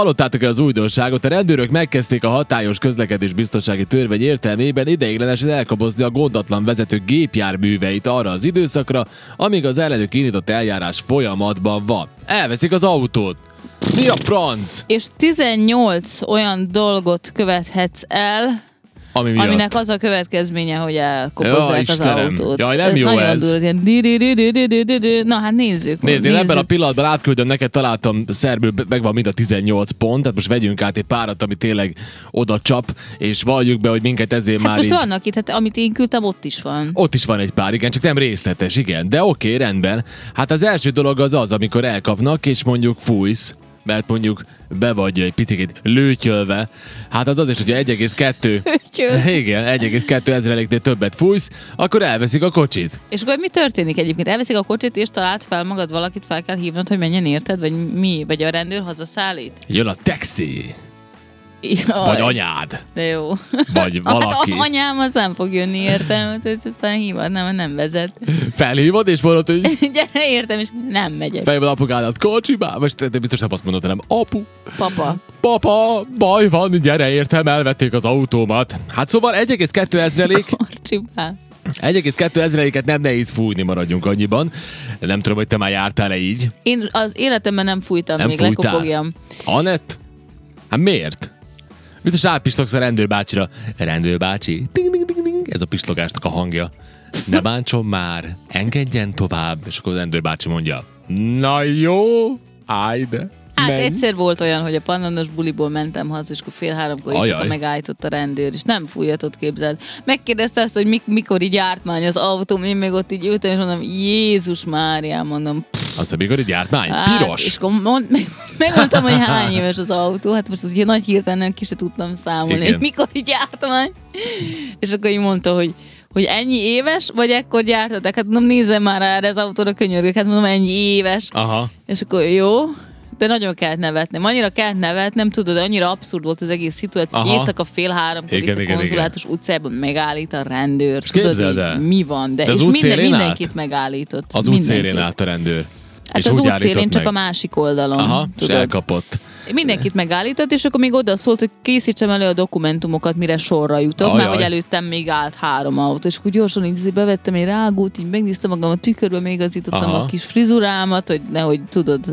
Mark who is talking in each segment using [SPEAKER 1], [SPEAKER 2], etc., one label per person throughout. [SPEAKER 1] Hallottátok-e az újdonságot? A rendőrök megkezdték a hatályos közlekedés biztonsági törvény értelmében ideiglenesen elkobozni a gondatlan vezető gépjárműveit arra az időszakra, amíg az ellenük indított eljárás folyamatban van. Elveszik az autót. Mi a franc?
[SPEAKER 2] És 18 olyan dolgot követhetsz el,
[SPEAKER 1] Ami miatt.
[SPEAKER 2] aminek az a következménye, hogy elkopozzák az
[SPEAKER 1] Istenem.
[SPEAKER 2] autót.
[SPEAKER 1] Jaj, nem jó
[SPEAKER 2] nagyon
[SPEAKER 1] ez.
[SPEAKER 2] Durva, ilyen di-di-di-di-di-di-di. Na hát nézzük.
[SPEAKER 1] Nézd, én
[SPEAKER 2] nézzük.
[SPEAKER 1] ebben a pillanatban átküldöm, neked találtam szerbül, be- megvan mind a 18 pont, tehát most vegyünk át egy párat, ami tényleg oda csap, és valljuk be, hogy minket ezért
[SPEAKER 2] hát
[SPEAKER 1] már
[SPEAKER 2] most
[SPEAKER 1] így...
[SPEAKER 2] vannak itt, hát amit én küldtem, ott is van.
[SPEAKER 1] Ott is van egy pár, igen, csak nem részletes, igen. De oké, okay, rendben. Hát az első dolog az az, amikor elkapnak, és mondjuk fújsz, mert mondjuk be vagy egy picit lőtyölve. Hát az az is, hogyha 1,2...
[SPEAKER 2] Lőtyöl.
[SPEAKER 1] Igen, 1,2 ezreléknél többet fújsz, akkor elveszik a kocsit.
[SPEAKER 2] És akkor mi történik egyébként? Elveszik a kocsit, és talált fel magad valakit, fel kell hívnod, hogy menjen érted, vagy mi, vagy a rendőr hazaszállít?
[SPEAKER 1] Jön a taxi,
[SPEAKER 2] Jaj,
[SPEAKER 1] vagy anyád,
[SPEAKER 2] De jó.
[SPEAKER 1] vagy valaki.
[SPEAKER 2] Hát, anyám az nem fog jönni, értem, hogy aztán hívod, nem, nem vezet.
[SPEAKER 1] Felhívod, és mondod, hogy
[SPEAKER 2] Gyere, értem, és nem megyek.
[SPEAKER 1] Fejben apukádat, kocsibá, most te, te biztos nem azt mondod, hanem apu,
[SPEAKER 2] Papa.
[SPEAKER 1] papa, baj van, gyere, értem, elvették az autómat. Hát szóval 1,2 ezrelék,
[SPEAKER 2] Csipá.
[SPEAKER 1] 1,2 ezreléket nem nehéz fújni, maradjunk annyiban. Nem tudom, hogy te már jártál-e így.
[SPEAKER 2] Én az életemben nem fújtam,
[SPEAKER 1] Nem
[SPEAKER 2] még
[SPEAKER 1] fújtál?
[SPEAKER 2] lekopogjam.
[SPEAKER 1] Anett? Hát miért? Biztos rápislogsz a rendőrbácsira. Rendőrbácsi, ding, ding, ding, ding. ez a pislogásnak a hangja. Ne bántson már, engedjen tovább. És akkor a rendőrbácsi mondja, na jó, állj de.
[SPEAKER 2] Hát
[SPEAKER 1] menj."
[SPEAKER 2] egyszer volt olyan, hogy a pannonos buliból mentem haza, és akkor fél háromkor éjszaka
[SPEAKER 1] Ajaj.
[SPEAKER 2] megállított a rendőr, és nem fújhatott képzeld. Megkérdezte azt, hogy mik, mikor így ártmány az autóm, én még ott így ültem, és mondom, Jézus Mária, mondom, pff,
[SPEAKER 1] Azt a mikor egy gyártmány?
[SPEAKER 2] hát,
[SPEAKER 1] Piros.
[SPEAKER 2] És akkor mond, meg, megmondtam, hogy hány éves az autó, hát most ugye nagy hirtelen nem ki se tudtam számolni,
[SPEAKER 1] Igen.
[SPEAKER 2] hogy mikor így ártmány. És akkor így mondta, hogy hogy ennyi éves, vagy ekkor gyártották? Hát mondom, nézem már erre az autóra könyörgök, hát mondom, ennyi éves.
[SPEAKER 1] Aha.
[SPEAKER 2] És akkor jó, de nagyon kellett nevetnem. Annyira kellett nevetnem, tudod, annyira abszurd volt az egész szituáció, hogy
[SPEAKER 1] Aha.
[SPEAKER 2] éjszaka fél háromkor
[SPEAKER 1] Igen,
[SPEAKER 2] igen, itt
[SPEAKER 1] igen,
[SPEAKER 2] a konzulátus utcában megállít a rendőr. És
[SPEAKER 1] képzeld
[SPEAKER 2] tudod,
[SPEAKER 1] el.
[SPEAKER 2] így, mi van? De,
[SPEAKER 1] De az
[SPEAKER 2] és minden,
[SPEAKER 1] útszélén
[SPEAKER 2] mindenkit
[SPEAKER 1] állt?
[SPEAKER 2] megállított.
[SPEAKER 1] Az
[SPEAKER 2] mindenkit.
[SPEAKER 1] útszélén állt a rendőr.
[SPEAKER 2] Hát az útszélén
[SPEAKER 1] állított
[SPEAKER 2] csak
[SPEAKER 1] meg.
[SPEAKER 2] a másik oldalon.
[SPEAKER 1] Aha, és
[SPEAKER 2] tudod.
[SPEAKER 1] elkapott.
[SPEAKER 2] Mindenkit megállított, és akkor még oda szólt, hogy készítsem elő a dokumentumokat, mire sorra jutok,
[SPEAKER 1] Ajaj.
[SPEAKER 2] mert hogy előttem még állt három autó, és akkor gyorsan így azért bevettem egy rágót, így megnéztem magam a tükörbe, megigazítottam
[SPEAKER 1] Aha.
[SPEAKER 2] a kis frizurámat, hogy nehogy tudod,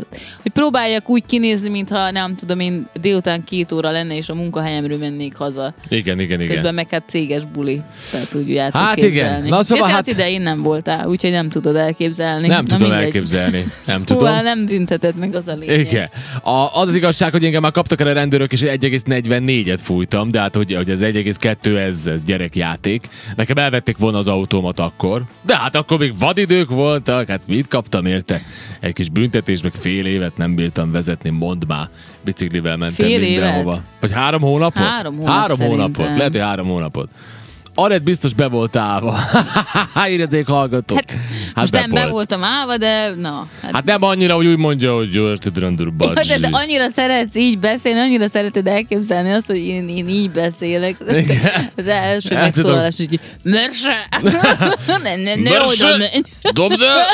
[SPEAKER 2] hogy próbáljak úgy kinézni, mintha nem tudom, én délután két óra lenne, és a munkahelyemről mennék haza.
[SPEAKER 1] Igen, igen, igen.
[SPEAKER 2] Közben meg hát céges buli, tehát úgy el
[SPEAKER 1] Hát
[SPEAKER 2] tudsz
[SPEAKER 1] igen.
[SPEAKER 2] képzelni.
[SPEAKER 1] Na, szóval
[SPEAKER 2] De te
[SPEAKER 1] hát-
[SPEAKER 2] az idején nem voltál, úgyhogy nem tudod elképzelni.
[SPEAKER 1] nem
[SPEAKER 2] Na,
[SPEAKER 1] tudom
[SPEAKER 2] mindegy.
[SPEAKER 1] elképzelni. Nem
[SPEAKER 2] Szóval
[SPEAKER 1] tudom.
[SPEAKER 2] nem büntetett meg az a lényeg.
[SPEAKER 1] Igen. A, az az igazság, hogy engem már kaptak el a rendőrök, és 1,44-et fújtam, de hát hogy, hogy ez 1,2, ez, ez gyerekjáték. Nekem elvették volna az autómat akkor, de hát akkor még vadidők voltak, hát mit kaptam érte? Egy kis büntetés, meg fél évet nem bírtam vezetni, mondd már. Biciklivel mentem
[SPEAKER 2] Fél
[SPEAKER 1] mindenhova.
[SPEAKER 2] évet?
[SPEAKER 1] Vagy három hónapot?
[SPEAKER 2] Három hónap
[SPEAKER 1] Három hónapot,
[SPEAKER 2] szerintem.
[SPEAKER 1] lehet, hogy három hónapot. Arred biztos be volt állva. Érezék hallgatók.
[SPEAKER 2] Hát, most nem be
[SPEAKER 1] volt.
[SPEAKER 2] voltam állva, de na. Hát,
[SPEAKER 1] Hát nem annyira, hogy úgy mondja, hogy jó estét, rendőr
[SPEAKER 2] hát,
[SPEAKER 1] bácsi.
[SPEAKER 2] de, de annyira szeretsz így beszélni, annyira szereted elképzelni azt, hogy én, én így beszélek.
[SPEAKER 1] Igen. Hát,
[SPEAKER 2] Az első
[SPEAKER 1] El
[SPEAKER 2] megszólalás, hogy mörse! ne, ne, ne
[SPEAKER 1] Mörse!
[SPEAKER 2] oda menj! Hát
[SPEAKER 1] Dobd el!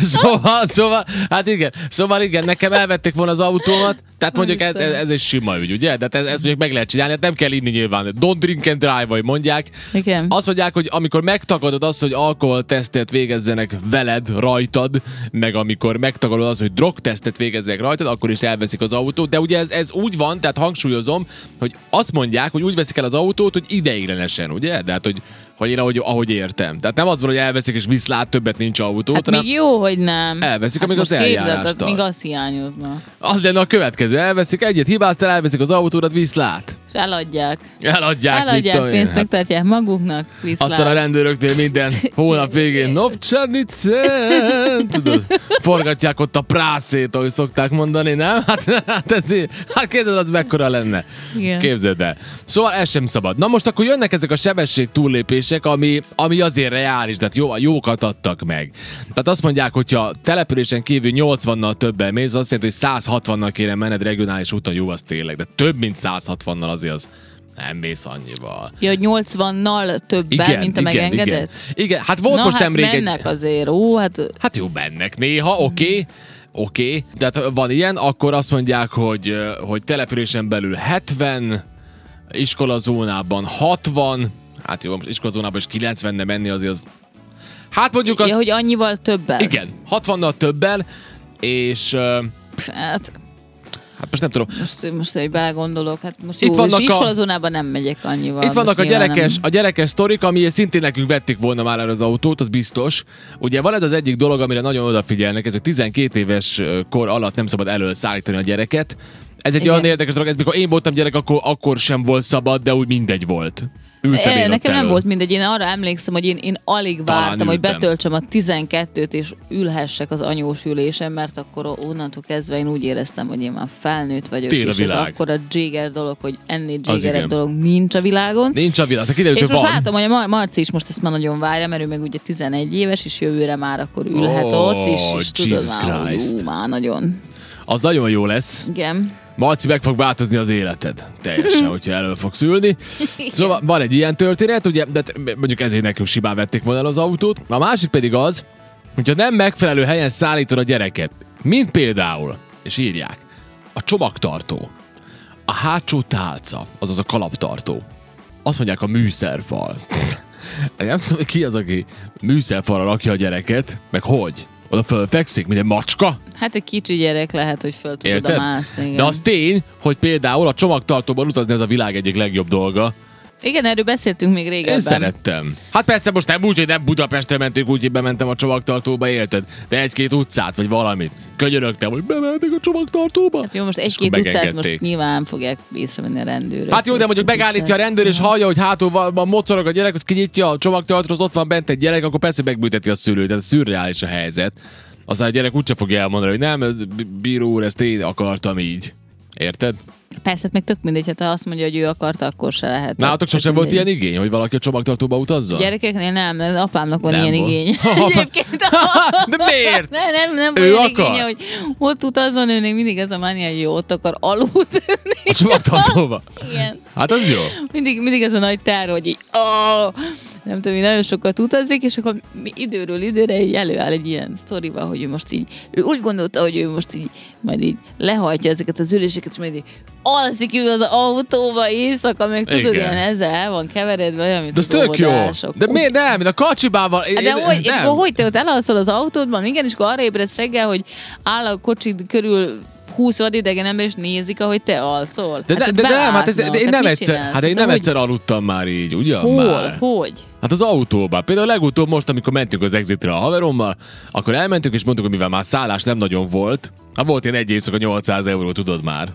[SPEAKER 1] Szóval, szóval, hát igen, szóval igen, nekem elvették volna az autómat, tehát mondjuk ez, ez, ez egy sima ügy, ugye? De ez, ezt mondjuk meg lehet csinálni, hát nem kell inni nyilván. Don't drink and drive, vagy mondják.
[SPEAKER 2] Igen.
[SPEAKER 1] Azt mondják, hogy amikor megtagadod azt, hogy alkoholtesztet végezzenek veled, rajtad, meg amikor megtagadod azt, hogy drogtesztet végezzenek rajtad, akkor is elveszik az autót. De ugye ez, ez úgy van, tehát hangsúlyozom, hogy azt mondják, hogy úgy veszik el az autót, hogy ideiglenesen, ugye? De hát, hogy hogy én ahogy, ahogy értem. Tehát nem az van, hogy elveszik és viszlát, többet nincs autót,
[SPEAKER 2] Hát
[SPEAKER 1] hanem
[SPEAKER 2] még jó, hogy nem.
[SPEAKER 1] Elveszik, amíg
[SPEAKER 2] most
[SPEAKER 1] az
[SPEAKER 2] képzeld,
[SPEAKER 1] eljárás
[SPEAKER 2] hát
[SPEAKER 1] tart.
[SPEAKER 2] Még az hiányozna.
[SPEAKER 1] az lenne a következő. Elveszik egyet, hibáztál, elveszik az autódat, viszlát.
[SPEAKER 2] És eladják.
[SPEAKER 1] Eladják, mit
[SPEAKER 2] Eladják
[SPEAKER 1] tudom én.
[SPEAKER 2] pénzt,
[SPEAKER 1] Hát
[SPEAKER 2] megtartják maguknak. Viszlát.
[SPEAKER 1] Aztán a rendőröktől minden hónap végén Novcsárnice, tudod, forgatják ott a prászét, ahogy szokták mondani, nem? Hát, hát, ez, í- hát képzeld, az mekkora lenne.
[SPEAKER 2] Igen.
[SPEAKER 1] Képzeld el. Szóval ez sem szabad. Na most akkor jönnek ezek a sebesség túllépések, ami, ami azért reális, tehát jó, jókat adtak meg. Tehát azt mondják, hogyha településen kívül 80-nal többen mész, azt jelenti, hogy 160-nal kéne menned regionális úton, jó, az tényleg, de több mint 160-nal azért az nem mész annyival.
[SPEAKER 2] Ja, hogy 80-nal többen, mint a megengedett?
[SPEAKER 1] Igen. igen, hát volt
[SPEAKER 2] Na,
[SPEAKER 1] most
[SPEAKER 2] hát
[SPEAKER 1] nemrég egy...
[SPEAKER 2] mennek azért. Ó, hát
[SPEAKER 1] Hát jó, mennek néha, oké. Okay. oké. Okay. Tehát van ilyen, akkor azt mondják, hogy, ö, hogy településen belül 70, iskolazónában 60, hát jó, most iskolazónában is 90 nem menni azért az... Hát mondjuk az...
[SPEAKER 2] Ja, hogy annyival többel.
[SPEAKER 1] Igen, 60-nal többel, és ö,
[SPEAKER 2] Pff, Hát,
[SPEAKER 1] hát most nem tudom,
[SPEAKER 2] most, most egy belegondolok, hát most
[SPEAKER 1] Itt
[SPEAKER 2] jó,
[SPEAKER 1] vannak
[SPEAKER 2] és
[SPEAKER 1] a-
[SPEAKER 2] iskolazónában nem megyek annyival.
[SPEAKER 1] Itt vannak
[SPEAKER 2] most
[SPEAKER 1] a
[SPEAKER 2] nyilván
[SPEAKER 1] gyerekes,
[SPEAKER 2] nem.
[SPEAKER 1] a gyerekes sztorik, ami szintén nekünk vettük volna már el az autót, az biztos. Ugye van ez az egyik dolog, amire nagyon odafigyelnek, ez hogy 12 éves ö, kor alatt nem szabad elől szállítani a gyereket. Ez egy
[SPEAKER 2] Igen.
[SPEAKER 1] olyan érdekes dolog, ez mikor én voltam gyerek, akkor, akkor sem volt szabad, de úgy mindegy volt. Ültem én
[SPEAKER 2] É,
[SPEAKER 1] ott
[SPEAKER 2] Eh, E, nekem nem
[SPEAKER 1] elől.
[SPEAKER 2] volt mindegy, én arra emlékszem, hogy én, én alig
[SPEAKER 1] Talán
[SPEAKER 2] vártam, hogy
[SPEAKER 1] ültem.
[SPEAKER 2] betöltsem a 12-t, és ülhessek az anyós ülésen, mert akkor onnantól kezdve én úgy éreztem, hogy én már felnőtt vagyok,
[SPEAKER 1] Tér a
[SPEAKER 2] és
[SPEAKER 1] világ.
[SPEAKER 2] ez akkor a jigger dolog, hogy ennél
[SPEAKER 1] Az
[SPEAKER 2] jiggerebb
[SPEAKER 1] igen.
[SPEAKER 2] dolog nincs a világon.
[SPEAKER 1] Nincs a világ, aztán kiderült,
[SPEAKER 2] És
[SPEAKER 1] hogy
[SPEAKER 2] most
[SPEAKER 1] van.
[SPEAKER 2] látom, hogy a Mar- Marci is most ezt már nagyon várja, mert ő meg ugye 11 éves, és jövőre már akkor ülhet
[SPEAKER 1] Ó,
[SPEAKER 2] ott, és, és tudod
[SPEAKER 1] Jesus
[SPEAKER 2] már, hogy ú,
[SPEAKER 1] Christ.
[SPEAKER 2] már nagyon.
[SPEAKER 1] Az nagyon jó lesz.
[SPEAKER 2] Igen.
[SPEAKER 1] Marci, meg fog változni az életed. Teljesen, hogyha elől fogsz ülni. Szóval van egy ilyen történet, ugye, de t- mondjuk ezért nekünk simán vették volna el az autót. A másik pedig az, hogyha nem megfelelő helyen szállítod a gyereket, mint például, és írják, a csomagtartó, a hátsó tálca, azaz a kalaptartó, azt mondják a műszerfal. Nem tudom, hogy ki az, aki műszerfalra rakja a gyereket, meg hogy? Oda fölfekszik, mint egy macska?
[SPEAKER 2] Hát egy kicsi gyerek lehet, hogy föl tud oda
[SPEAKER 1] Érted?
[SPEAKER 2] mászni. Igen.
[SPEAKER 1] De az tény, hogy például a csomagtartóban utazni ez a világ egyik legjobb dolga.
[SPEAKER 2] igen, erről beszéltünk még
[SPEAKER 1] Én
[SPEAKER 2] régebben.
[SPEAKER 1] szerettem. Hát persze most nem úgy, hogy nem Budapestre mentünk, úgy, hogy bementem a csomagtartóba, érted? De egy-két utcát, vagy valamit. Könyörögtem, hogy bemehetek a csomagtartóba.
[SPEAKER 2] Hát Jó, most
[SPEAKER 1] És akkor
[SPEAKER 2] egy-két utcát most
[SPEAKER 1] megengedték.
[SPEAKER 2] nyilván fogják észrevenni a rendőrök.
[SPEAKER 1] Hát jó, de mondjuk megállítja a rendőr, és hallja, hogy hátul van, van motorog a gyerek, az kinyitja a csomagtartót, az ott van bent egy gyerek, akkor persze hogy megbünteti a szülőt, tehát szürreális a helyzet. Aztán a gyerek úgyse fogja elmondani, hogy nem, ez bí- bíró úr, ezt én akartam így. Érted?
[SPEAKER 2] Persze, hát meg tök mindegy, hát ha azt mondja, hogy ő akarta, akkor se lehet.
[SPEAKER 1] Nálatok
[SPEAKER 2] Tök
[SPEAKER 1] sosem volt
[SPEAKER 2] mindegy.
[SPEAKER 1] ilyen igény, hogy valaki a csomagtartóba utazzon?
[SPEAKER 2] Gyerekeknél nem, de az apámnak van
[SPEAKER 1] Szóval. Nem
[SPEAKER 2] ilyen
[SPEAKER 1] volt.
[SPEAKER 2] igény.
[SPEAKER 1] Apa-
[SPEAKER 2] Egyébként
[SPEAKER 1] De miért?
[SPEAKER 2] Nem, nem, nem
[SPEAKER 1] Ő
[SPEAKER 2] ő olyan
[SPEAKER 1] akar?
[SPEAKER 2] igénye, hogy ott utazban őnek mindig ez a mánia, hogy ő ott akar aludni.
[SPEAKER 1] A csomagtartóba?
[SPEAKER 2] Igen.
[SPEAKER 1] Hát az jó.
[SPEAKER 2] Mindig, mindig ez a nagy tár, hogy így, oh, nem tudom, így nagyon sokat utazik, és akkor mi időről időre így előáll egy ilyen sztorival, hogy ő most így, ő úgy gondolta, hogy ő most így majd így lehajtja ezeket az üléseket, és majd így alszik ő az autóba éjszaka, meg tudod,
[SPEAKER 1] Igen.
[SPEAKER 2] ilyen ezzel el van keveredve, olyan, mint
[SPEAKER 1] De ez
[SPEAKER 2] az
[SPEAKER 1] tök jó.
[SPEAKER 2] óvodások.
[SPEAKER 1] De miért nem? Én a kacsibával... Én,
[SPEAKER 2] Hát De hogy, és
[SPEAKER 1] nem.
[SPEAKER 2] akkor hogy te ott elalszol az autódban, igen, és akkor arra ébredsz reggel, hogy áll a kocsid körül 20 vadidegen ember, és nézik, ahogy te alszol.
[SPEAKER 1] De, ne,
[SPEAKER 2] ott
[SPEAKER 1] de, de nem, hát ez,
[SPEAKER 2] beátnak.
[SPEAKER 1] de én nem
[SPEAKER 2] mit
[SPEAKER 1] egyszer,
[SPEAKER 2] csinálsz?
[SPEAKER 1] hát én
[SPEAKER 2] Te
[SPEAKER 1] nem
[SPEAKER 2] hogy-
[SPEAKER 1] egyszer aludtam már így, ugyan
[SPEAKER 2] Hol?
[SPEAKER 1] már?
[SPEAKER 2] Hogy?
[SPEAKER 1] Hát az autóban. Például legutóbb most, amikor mentünk az exitre a haverommal, akkor elmentünk és mondtuk, hogy mivel már szállás nem nagyon volt, hát volt én egy éjszaka 800 euró, tudod már.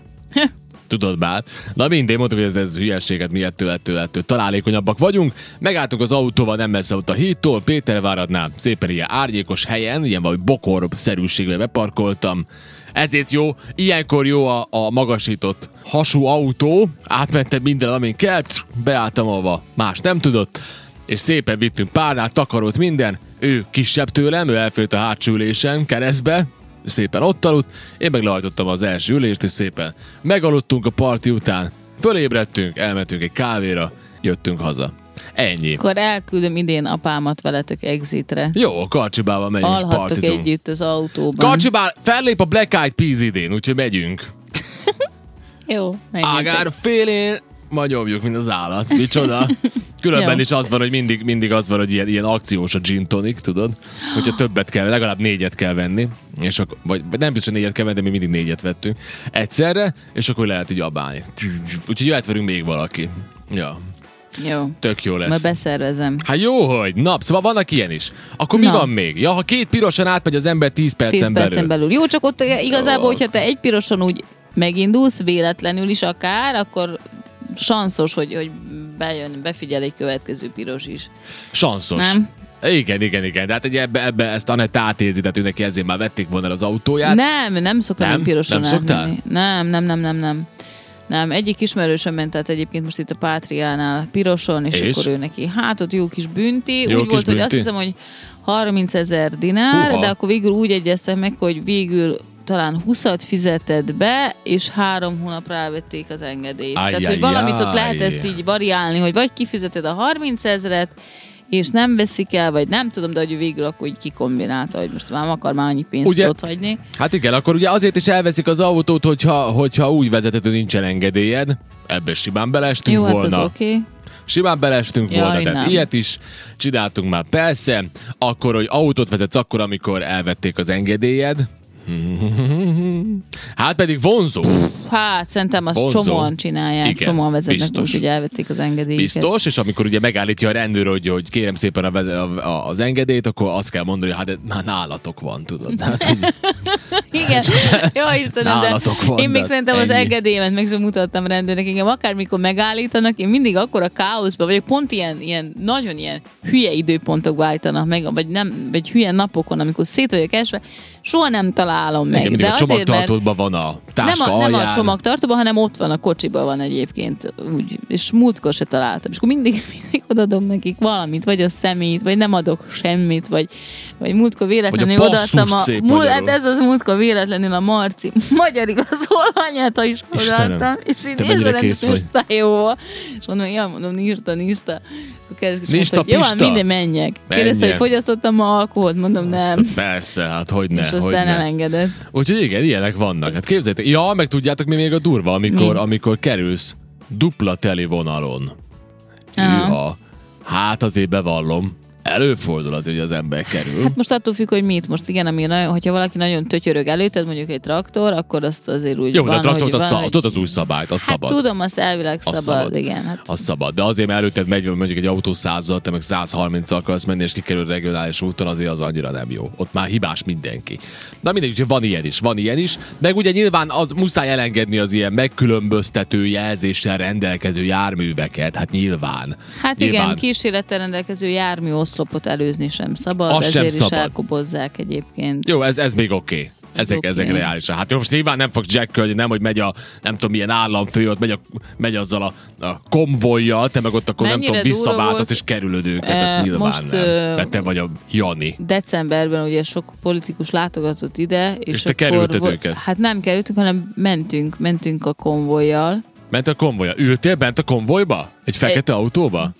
[SPEAKER 1] Tudod már. Na mindegy, mondtuk, hogy ez, ez hülyeséget, mi ettől, ettől, ettől találékonyabbak vagyunk. Megálltunk az autóval nem messze ott a hídtól, Péterváradnál, szépen ilyen árnyékos helyen, ilyen valami bokor-szerűségbe beparkoltam. Ezért jó, ilyenkor jó a, a magasított hasú autó, átmentem minden, amin kell, beálltam ahova, más nem tudott, és szépen vittünk párnát, takarót minden, ő kisebb tőlem, ő elfért a hátsó ülésen, keresztbe, szépen ott aludt, én meg lehajtottam az első ülést, és szépen megaludtunk a parti után, fölébredtünk, elmentünk egy kávéra, jöttünk haza. Ennyi.
[SPEAKER 2] Akkor elküldöm idén apámat veletek exitre.
[SPEAKER 1] Jó, Karcsibával megyünk és
[SPEAKER 2] Alhattok
[SPEAKER 1] partizunk.
[SPEAKER 2] együtt az autóban.
[SPEAKER 1] Karcsibál fellép a Black Eyed Peas idén, úgyhogy megyünk.
[SPEAKER 2] Jó, menjetek.
[SPEAKER 1] Ágár félén, majd nyomjuk, mint az állat. Micsoda? Különben
[SPEAKER 2] Jó.
[SPEAKER 1] is az van, hogy mindig, mindig az van, hogy ilyen, ilyen akciós a gin tonic, tudod? Hogyha többet kell, legalább négyet kell venni, és akkor, vagy vagy nem biztos, hogy négyet kell venni, de mi mindig négyet vettünk egyszerre, és akkor lehet így abálni. Úgyhogy jöhet velünk még valaki. Ja,
[SPEAKER 2] Jó,
[SPEAKER 1] tök jó
[SPEAKER 2] majd
[SPEAKER 1] lesz.
[SPEAKER 2] beszervezem.
[SPEAKER 1] Hát jó, hogy. Na, szóval vannak ilyen is. Akkor mi
[SPEAKER 2] Na.
[SPEAKER 1] van még? Ja, ha két pirosan átmegy az ember 10 percen,
[SPEAKER 2] 10 percen
[SPEAKER 1] belül.
[SPEAKER 2] belül. Jó, csak ott igazából,
[SPEAKER 1] Jó.
[SPEAKER 2] hogyha te egy piroson úgy megindulsz, véletlenül is akár, akkor sanszos, hogy, hogy bejön, befigyel egy következő piros is.
[SPEAKER 1] Sanszos.
[SPEAKER 2] Nem?
[SPEAKER 1] Igen, igen, igen. De hát ugye ebbe, ebbe ezt Anett átézi, tehát ő neki ezért már vették volna el az autóját.
[SPEAKER 2] Nem, nem szoktam
[SPEAKER 1] Nem?
[SPEAKER 2] nem? piroson
[SPEAKER 1] Nem szoktál?
[SPEAKER 2] átmenni. Nem, nem, nem, nem, nem. Nem, egyik ismerősöm ment át egyébként most itt a Pátriánál piroson, és,
[SPEAKER 1] És?
[SPEAKER 2] és? akkor ő neki, hát ott jó kis bünti.
[SPEAKER 1] Jó
[SPEAKER 2] Jó úgy
[SPEAKER 1] kis
[SPEAKER 2] volt, hogy azt
[SPEAKER 1] bünti?
[SPEAKER 2] hiszem, hogy 30 ezer dinár,
[SPEAKER 1] Húha.
[SPEAKER 2] de akkor végül úgy egyeztek meg, hogy végül talán 20 fizetett be, és három hónapra elvették az engedélyt. Tehát, hogy
[SPEAKER 1] Ajjajjaj.
[SPEAKER 2] valamit ott lehetett így variálni, hogy vagy kifizeted a 30 ezeret, és nem veszik el, vagy nem tudom, de hogy ő végül akkor így kikombinálta, hogy most már nem akar már annyi pénzt
[SPEAKER 1] Ugye-
[SPEAKER 2] Ugye? ott hagyni.
[SPEAKER 1] Hát igen, akkor ugye azért is elveszik az autót, hogyha, hogyha úgy vezetett, hogy nincsen engedélyed. Ebbe simán belestünk
[SPEAKER 2] Jó, hát
[SPEAKER 1] volna.
[SPEAKER 2] az oké. Okay.
[SPEAKER 1] Simán belestünk
[SPEAKER 2] Jaj,
[SPEAKER 1] volna, tehát
[SPEAKER 2] nem.
[SPEAKER 1] ilyet is csináltunk már. Persze, akkor, hogy autót vezetsz akkor, amikor elvették az engedélyed. Hát pedig vonzó,
[SPEAKER 2] Hát szerintem azt
[SPEAKER 1] Vonzó.
[SPEAKER 2] csomóan csinálják,
[SPEAKER 1] Igen,
[SPEAKER 2] Igen, csomóan vezetnek,
[SPEAKER 1] biztos.
[SPEAKER 2] úgyhogy elvették az engedélyüket.
[SPEAKER 1] biztos, és amikor ugye megállítja a rendőr, hogy, hogy kérem szépen a, veze- a- a, az engedélyt, akkor azt kell mondani, hogy hát de már nálatok van, tudod. Hát, hogy
[SPEAKER 2] Igen. Jó Istenem, de
[SPEAKER 1] Nálatok van,
[SPEAKER 2] én még
[SPEAKER 1] de
[SPEAKER 2] szerintem az
[SPEAKER 1] ennyi.
[SPEAKER 2] engedélyemet meg sem mutattam rendőrnek. Engem akármikor megállítanak, én mindig akkor a káoszban vagyok, pont ilyen, ilyen nagyon ilyen hülye időpontokba állítanak meg, vagy, nem, vagy hülye napokon, amikor szét vagyok esve, soha nem találom meg.
[SPEAKER 1] igen, mindig
[SPEAKER 2] de
[SPEAKER 1] a
[SPEAKER 2] azért, mert
[SPEAKER 1] csomagtartódban van a
[SPEAKER 2] nem
[SPEAKER 1] táska
[SPEAKER 2] a, nem
[SPEAKER 1] alján.
[SPEAKER 2] a csomagtartóban, hanem ott van, a kocsiban van egyébként. Úgy, és múltkor se találtam. És akkor mindig, mindig odadom nekik valamit, vagy a szemét, vagy nem adok semmit, vagy, vagy múltkor véletlenül
[SPEAKER 1] Vagy a
[SPEAKER 2] odaadtam a...
[SPEAKER 1] passzust szép
[SPEAKER 2] Múl, hát
[SPEAKER 1] magyarul.
[SPEAKER 2] ez az múltkor véletlenül a Marci magyar igazolványát is
[SPEAKER 1] Istenem,
[SPEAKER 2] odaadtam. És így
[SPEAKER 1] te mennyire
[SPEAKER 2] nézve
[SPEAKER 1] kész
[SPEAKER 2] rendesen
[SPEAKER 1] vagy.
[SPEAKER 2] stájóval. És mondom, ja, mondom, nírta, nírta. Akkor kereskedés
[SPEAKER 1] Nista,
[SPEAKER 2] mondta, hogy jó, van,
[SPEAKER 1] pista.
[SPEAKER 2] minden menjek. Kérdezte,
[SPEAKER 1] Menjek.
[SPEAKER 2] hogy fogyasztottam ma alkoholt, mondom, nem.
[SPEAKER 1] Azt- Persze, hát hogy ne,
[SPEAKER 2] És
[SPEAKER 1] hogy
[SPEAKER 2] aztán
[SPEAKER 1] ne.
[SPEAKER 2] elengedett.
[SPEAKER 1] Úgyhogy igen, ilyenek vannak. Hát képzeljétek. Ja, meg tudjátok mi még a durva, amikor,
[SPEAKER 2] Mi?
[SPEAKER 1] amikor kerülsz dupla teli vonalon.
[SPEAKER 2] Aha.
[SPEAKER 1] Hűha. Hát azért bevallom, előfordul az, hogy az ember kerül.
[SPEAKER 2] Hát most attól függ, hogy mit. Most igen, ami nagyon, hogyha valaki nagyon tötyörög előtted, mondjuk egy traktor, akkor azt azért úgy
[SPEAKER 1] Jó, de
[SPEAKER 2] van,
[SPEAKER 1] a traktort,
[SPEAKER 2] hogy
[SPEAKER 1] az,
[SPEAKER 2] van,
[SPEAKER 1] szab,
[SPEAKER 2] hogy-
[SPEAKER 1] tudod az új szabályt, az
[SPEAKER 2] Hát
[SPEAKER 1] szabad.
[SPEAKER 2] tudom, azt elvileg
[SPEAKER 1] Az
[SPEAKER 2] szabad,
[SPEAKER 1] szabad.
[SPEAKER 2] igen. Hát.
[SPEAKER 1] Az szabad. De azért, mert előtted megy mondjuk egy autó 100 te meg 130 akarsz menni, és kikerül regionális úton, azért az annyira nem jó. Ott már hibás mindenki. Na mindegy, úgyhogy van ilyen is, van ilyen is. Meg ugye nyilván az muszáj elengedni az ilyen megkülönböztető jelzéssel rendelkező járműveket, hát nyilván.
[SPEAKER 2] Hát
[SPEAKER 1] nyilván.
[SPEAKER 2] igen, kísérlettel rendelkező jármű oszlopot előzni sem szabad,
[SPEAKER 1] Az
[SPEAKER 2] ezért
[SPEAKER 1] sem
[SPEAKER 2] is
[SPEAKER 1] szabad.
[SPEAKER 2] elkobozzák egyébként.
[SPEAKER 1] Jó, ez, ez még oké. Okay. Ezek,
[SPEAKER 2] oké.
[SPEAKER 1] ezek reálisan. Hát jó, most nyilván nem fogsz jackolni, nem, hogy megy a, nem tudom, milyen államfő, ott megy, a, megy azzal a, a konvojjal, te meg ott akkor
[SPEAKER 2] Mennyire
[SPEAKER 1] nem tudom,
[SPEAKER 2] durva
[SPEAKER 1] visszaváltasz
[SPEAKER 2] volt.
[SPEAKER 1] és kerülöd őket,
[SPEAKER 2] Eh,
[SPEAKER 1] hát nyilván
[SPEAKER 2] most,
[SPEAKER 1] nem.
[SPEAKER 2] ö,
[SPEAKER 1] Mert te vagy a Jani.
[SPEAKER 2] Decemberben ugye sok politikus látogatott ide. És,
[SPEAKER 1] És te
[SPEAKER 2] akkor
[SPEAKER 1] kerülted
[SPEAKER 2] vo-
[SPEAKER 1] őket?
[SPEAKER 2] Hát nem kerültünk, hanem mentünk, mentünk a konvojjal.
[SPEAKER 1] Ment a konvoja. Ültél bent a konvojba? Egy fekete autóba?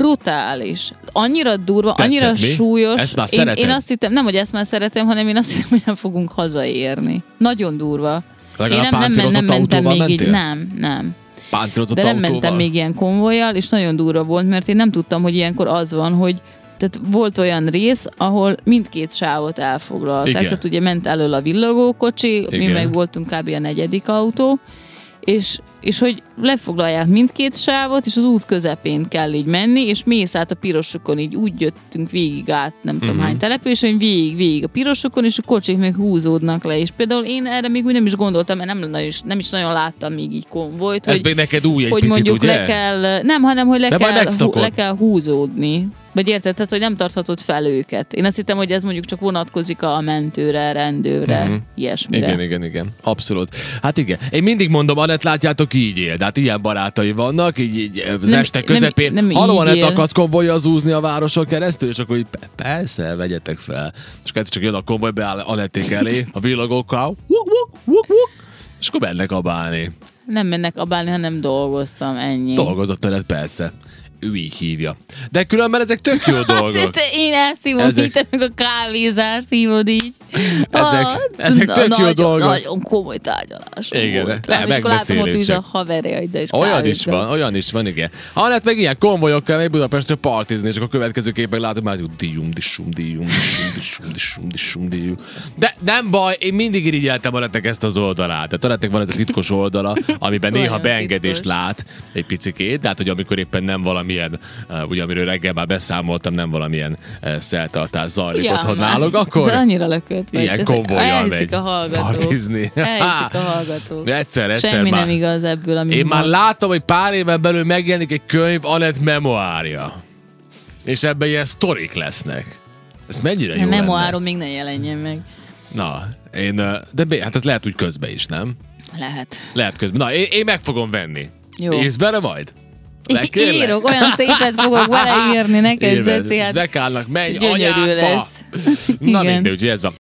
[SPEAKER 2] brutális. Annyira durva,
[SPEAKER 1] Tetszett
[SPEAKER 2] annyira
[SPEAKER 1] mi?
[SPEAKER 2] súlyos.
[SPEAKER 1] Ezt már
[SPEAKER 2] én,
[SPEAKER 1] szereted?
[SPEAKER 2] én azt hittem, nem, hogy ezt már szeretem, hanem én azt hittem, hogy nem fogunk hazaérni. Nagyon durva.
[SPEAKER 1] Legalább
[SPEAKER 2] én nem, nem,
[SPEAKER 1] páncélozott
[SPEAKER 2] nem mentem
[SPEAKER 1] autóval
[SPEAKER 2] még így.
[SPEAKER 1] mentél?
[SPEAKER 2] Nem, nem.
[SPEAKER 1] Páncélozott
[SPEAKER 2] De nem
[SPEAKER 1] autóval?
[SPEAKER 2] mentem még ilyen konvojjal, és nagyon durva volt, mert én nem tudtam, hogy ilyenkor az van, hogy tehát volt olyan rész, ahol mindkét sávot elfoglalták.
[SPEAKER 1] Igen.
[SPEAKER 2] Tehát ugye ment elől a villogókocsi, mi
[SPEAKER 1] Igen.
[SPEAKER 2] meg voltunk kb. a negyedik autó, és, és hogy lefoglalják mindkét sávot, és az út közepén kell így menni, és mész át a pirosokon, így úgy jöttünk végig át, nem tudom
[SPEAKER 1] Mhm.
[SPEAKER 2] hány településen, végig, végig a pirosokon, és a kocsik még húzódnak le, és például én erre még úgy nem is gondoltam, mert nem, nagyon is- nem is nagyon láttam még így konvojt,
[SPEAKER 1] Ez
[SPEAKER 2] hogy,
[SPEAKER 1] még neked új egy
[SPEAKER 2] hogy
[SPEAKER 1] picit,
[SPEAKER 2] mondjuk
[SPEAKER 1] ugye?
[SPEAKER 2] le kell, nem, hanem hogy le
[SPEAKER 1] De majd
[SPEAKER 2] kell, hú,
[SPEAKER 1] megszokod.
[SPEAKER 2] le kell húzódni. Vagy érted, tehát, hogy nem tarthatod fel őket. Én azt hittem, hogy ez mondjuk csak vonatkozik a mentőre, rendőre,
[SPEAKER 1] Mhm.
[SPEAKER 2] uh-huh. ilyesmire.
[SPEAKER 1] Igen, igen, igen. Abszolút. Hát igen. Én mindig mondom, Anett látjátok, így él. De hát ilyen barátai vannak, így, így eh, az
[SPEAKER 2] Nem-
[SPEAKER 1] este
[SPEAKER 2] nem-
[SPEAKER 1] közepén.
[SPEAKER 2] nem így
[SPEAKER 1] Halló, Anett,
[SPEAKER 2] él.
[SPEAKER 1] akarsz konvojja az úzni a városon keresztül? És akkor így, "Pe- persze, vegyetek fel. És akkor csak jön a konvoj, beáll Anették elé, a villagokkal. Wuk, wuk, wuk, wuk. És akkor mennek abálni.
[SPEAKER 2] Nem mennek abálni, hanem dolgoztam, ennyi.
[SPEAKER 1] Dolgozott Anett, persze. Ő így hívja. De különben ezek tök jó
[SPEAKER 2] Te,
[SPEAKER 1] dolgok.
[SPEAKER 2] te, én elszívom
[SPEAKER 1] Ezek-
[SPEAKER 2] ezek... így, te meg a kávézást hívod így.
[SPEAKER 1] Ezek-
[SPEAKER 2] Ah,
[SPEAKER 1] ezek
[SPEAKER 2] na-
[SPEAKER 1] tök jó
[SPEAKER 2] nagyon,
[SPEAKER 1] dolgok.
[SPEAKER 2] Nagyon komoly tárgyalás
[SPEAKER 1] Igen,
[SPEAKER 2] volt.
[SPEAKER 1] le-
[SPEAKER 2] Nem, és akkor látom, ott is
[SPEAKER 1] megbeszélések.
[SPEAKER 2] a haverjaid, de is
[SPEAKER 1] Olyan is
[SPEAKER 2] kávézgatsz.
[SPEAKER 1] van, olyan is van, igen. Anett meg ilyen konvojokkal megy Budapestre partizni, és akkor a következő képen látom már, hogy dium, disum, dium, disum, disum, disum, disum, dium. De nem baj, én mindig irigyeltem Anettnek ezt az oldalát. Tehát Anettnek van ez a titkos oldala, amiben néha
[SPEAKER 2] Nagyon
[SPEAKER 1] beengedést
[SPEAKER 2] titkos.
[SPEAKER 1] lát egy picikét, de hát, hogy amikor éppen nem valamilyen, eh, ugye amiről reggel már beszámoltam, nem valamilyen eh, szeltartás zajlik
[SPEAKER 2] Ugyan
[SPEAKER 1] otthon
[SPEAKER 2] már.
[SPEAKER 1] nálunk,
[SPEAKER 2] De
[SPEAKER 1] akkor
[SPEAKER 2] annyira lökött vagy.
[SPEAKER 1] ilyen
[SPEAKER 2] Ezek-
[SPEAKER 1] konvojjal megy
[SPEAKER 2] Elhiszik a hallgatók.
[SPEAKER 1] partizni.
[SPEAKER 2] Elhiszik a hallgatók.
[SPEAKER 1] Ah. Egyszer, egyszer
[SPEAKER 2] Semmi
[SPEAKER 1] már.
[SPEAKER 2] nem igaz ebből, ami
[SPEAKER 1] Én már
[SPEAKER 2] ma-
[SPEAKER 1] látom, hogy pár éven belül megjelenik egy könyv Anett memoárja. És ebben ilyen sztorik lesznek. Ez mennyire jó
[SPEAKER 2] A
[SPEAKER 1] lenne?
[SPEAKER 2] memoárom még ne jelenjen meg.
[SPEAKER 1] Na, én, ö, de bé- hát ez lehet úgy közben is, nem?
[SPEAKER 2] Lehet.
[SPEAKER 1] Lehet közben. Na, én, én meg fogom venni.
[SPEAKER 2] Jó.
[SPEAKER 1] Írsz bele majd? Legkérlek?
[SPEAKER 2] Írok, olyan szépet fogok beleírni neked,
[SPEAKER 1] Élvezd.
[SPEAKER 2] Zöci,
[SPEAKER 1] És
[SPEAKER 2] hát
[SPEAKER 1] Bekálnak, menj
[SPEAKER 2] gyönyörű
[SPEAKER 1] anyádba!
[SPEAKER 2] lesz.
[SPEAKER 1] Na
[SPEAKER 2] Igen.
[SPEAKER 1] mindegy, úgyhogy ez van.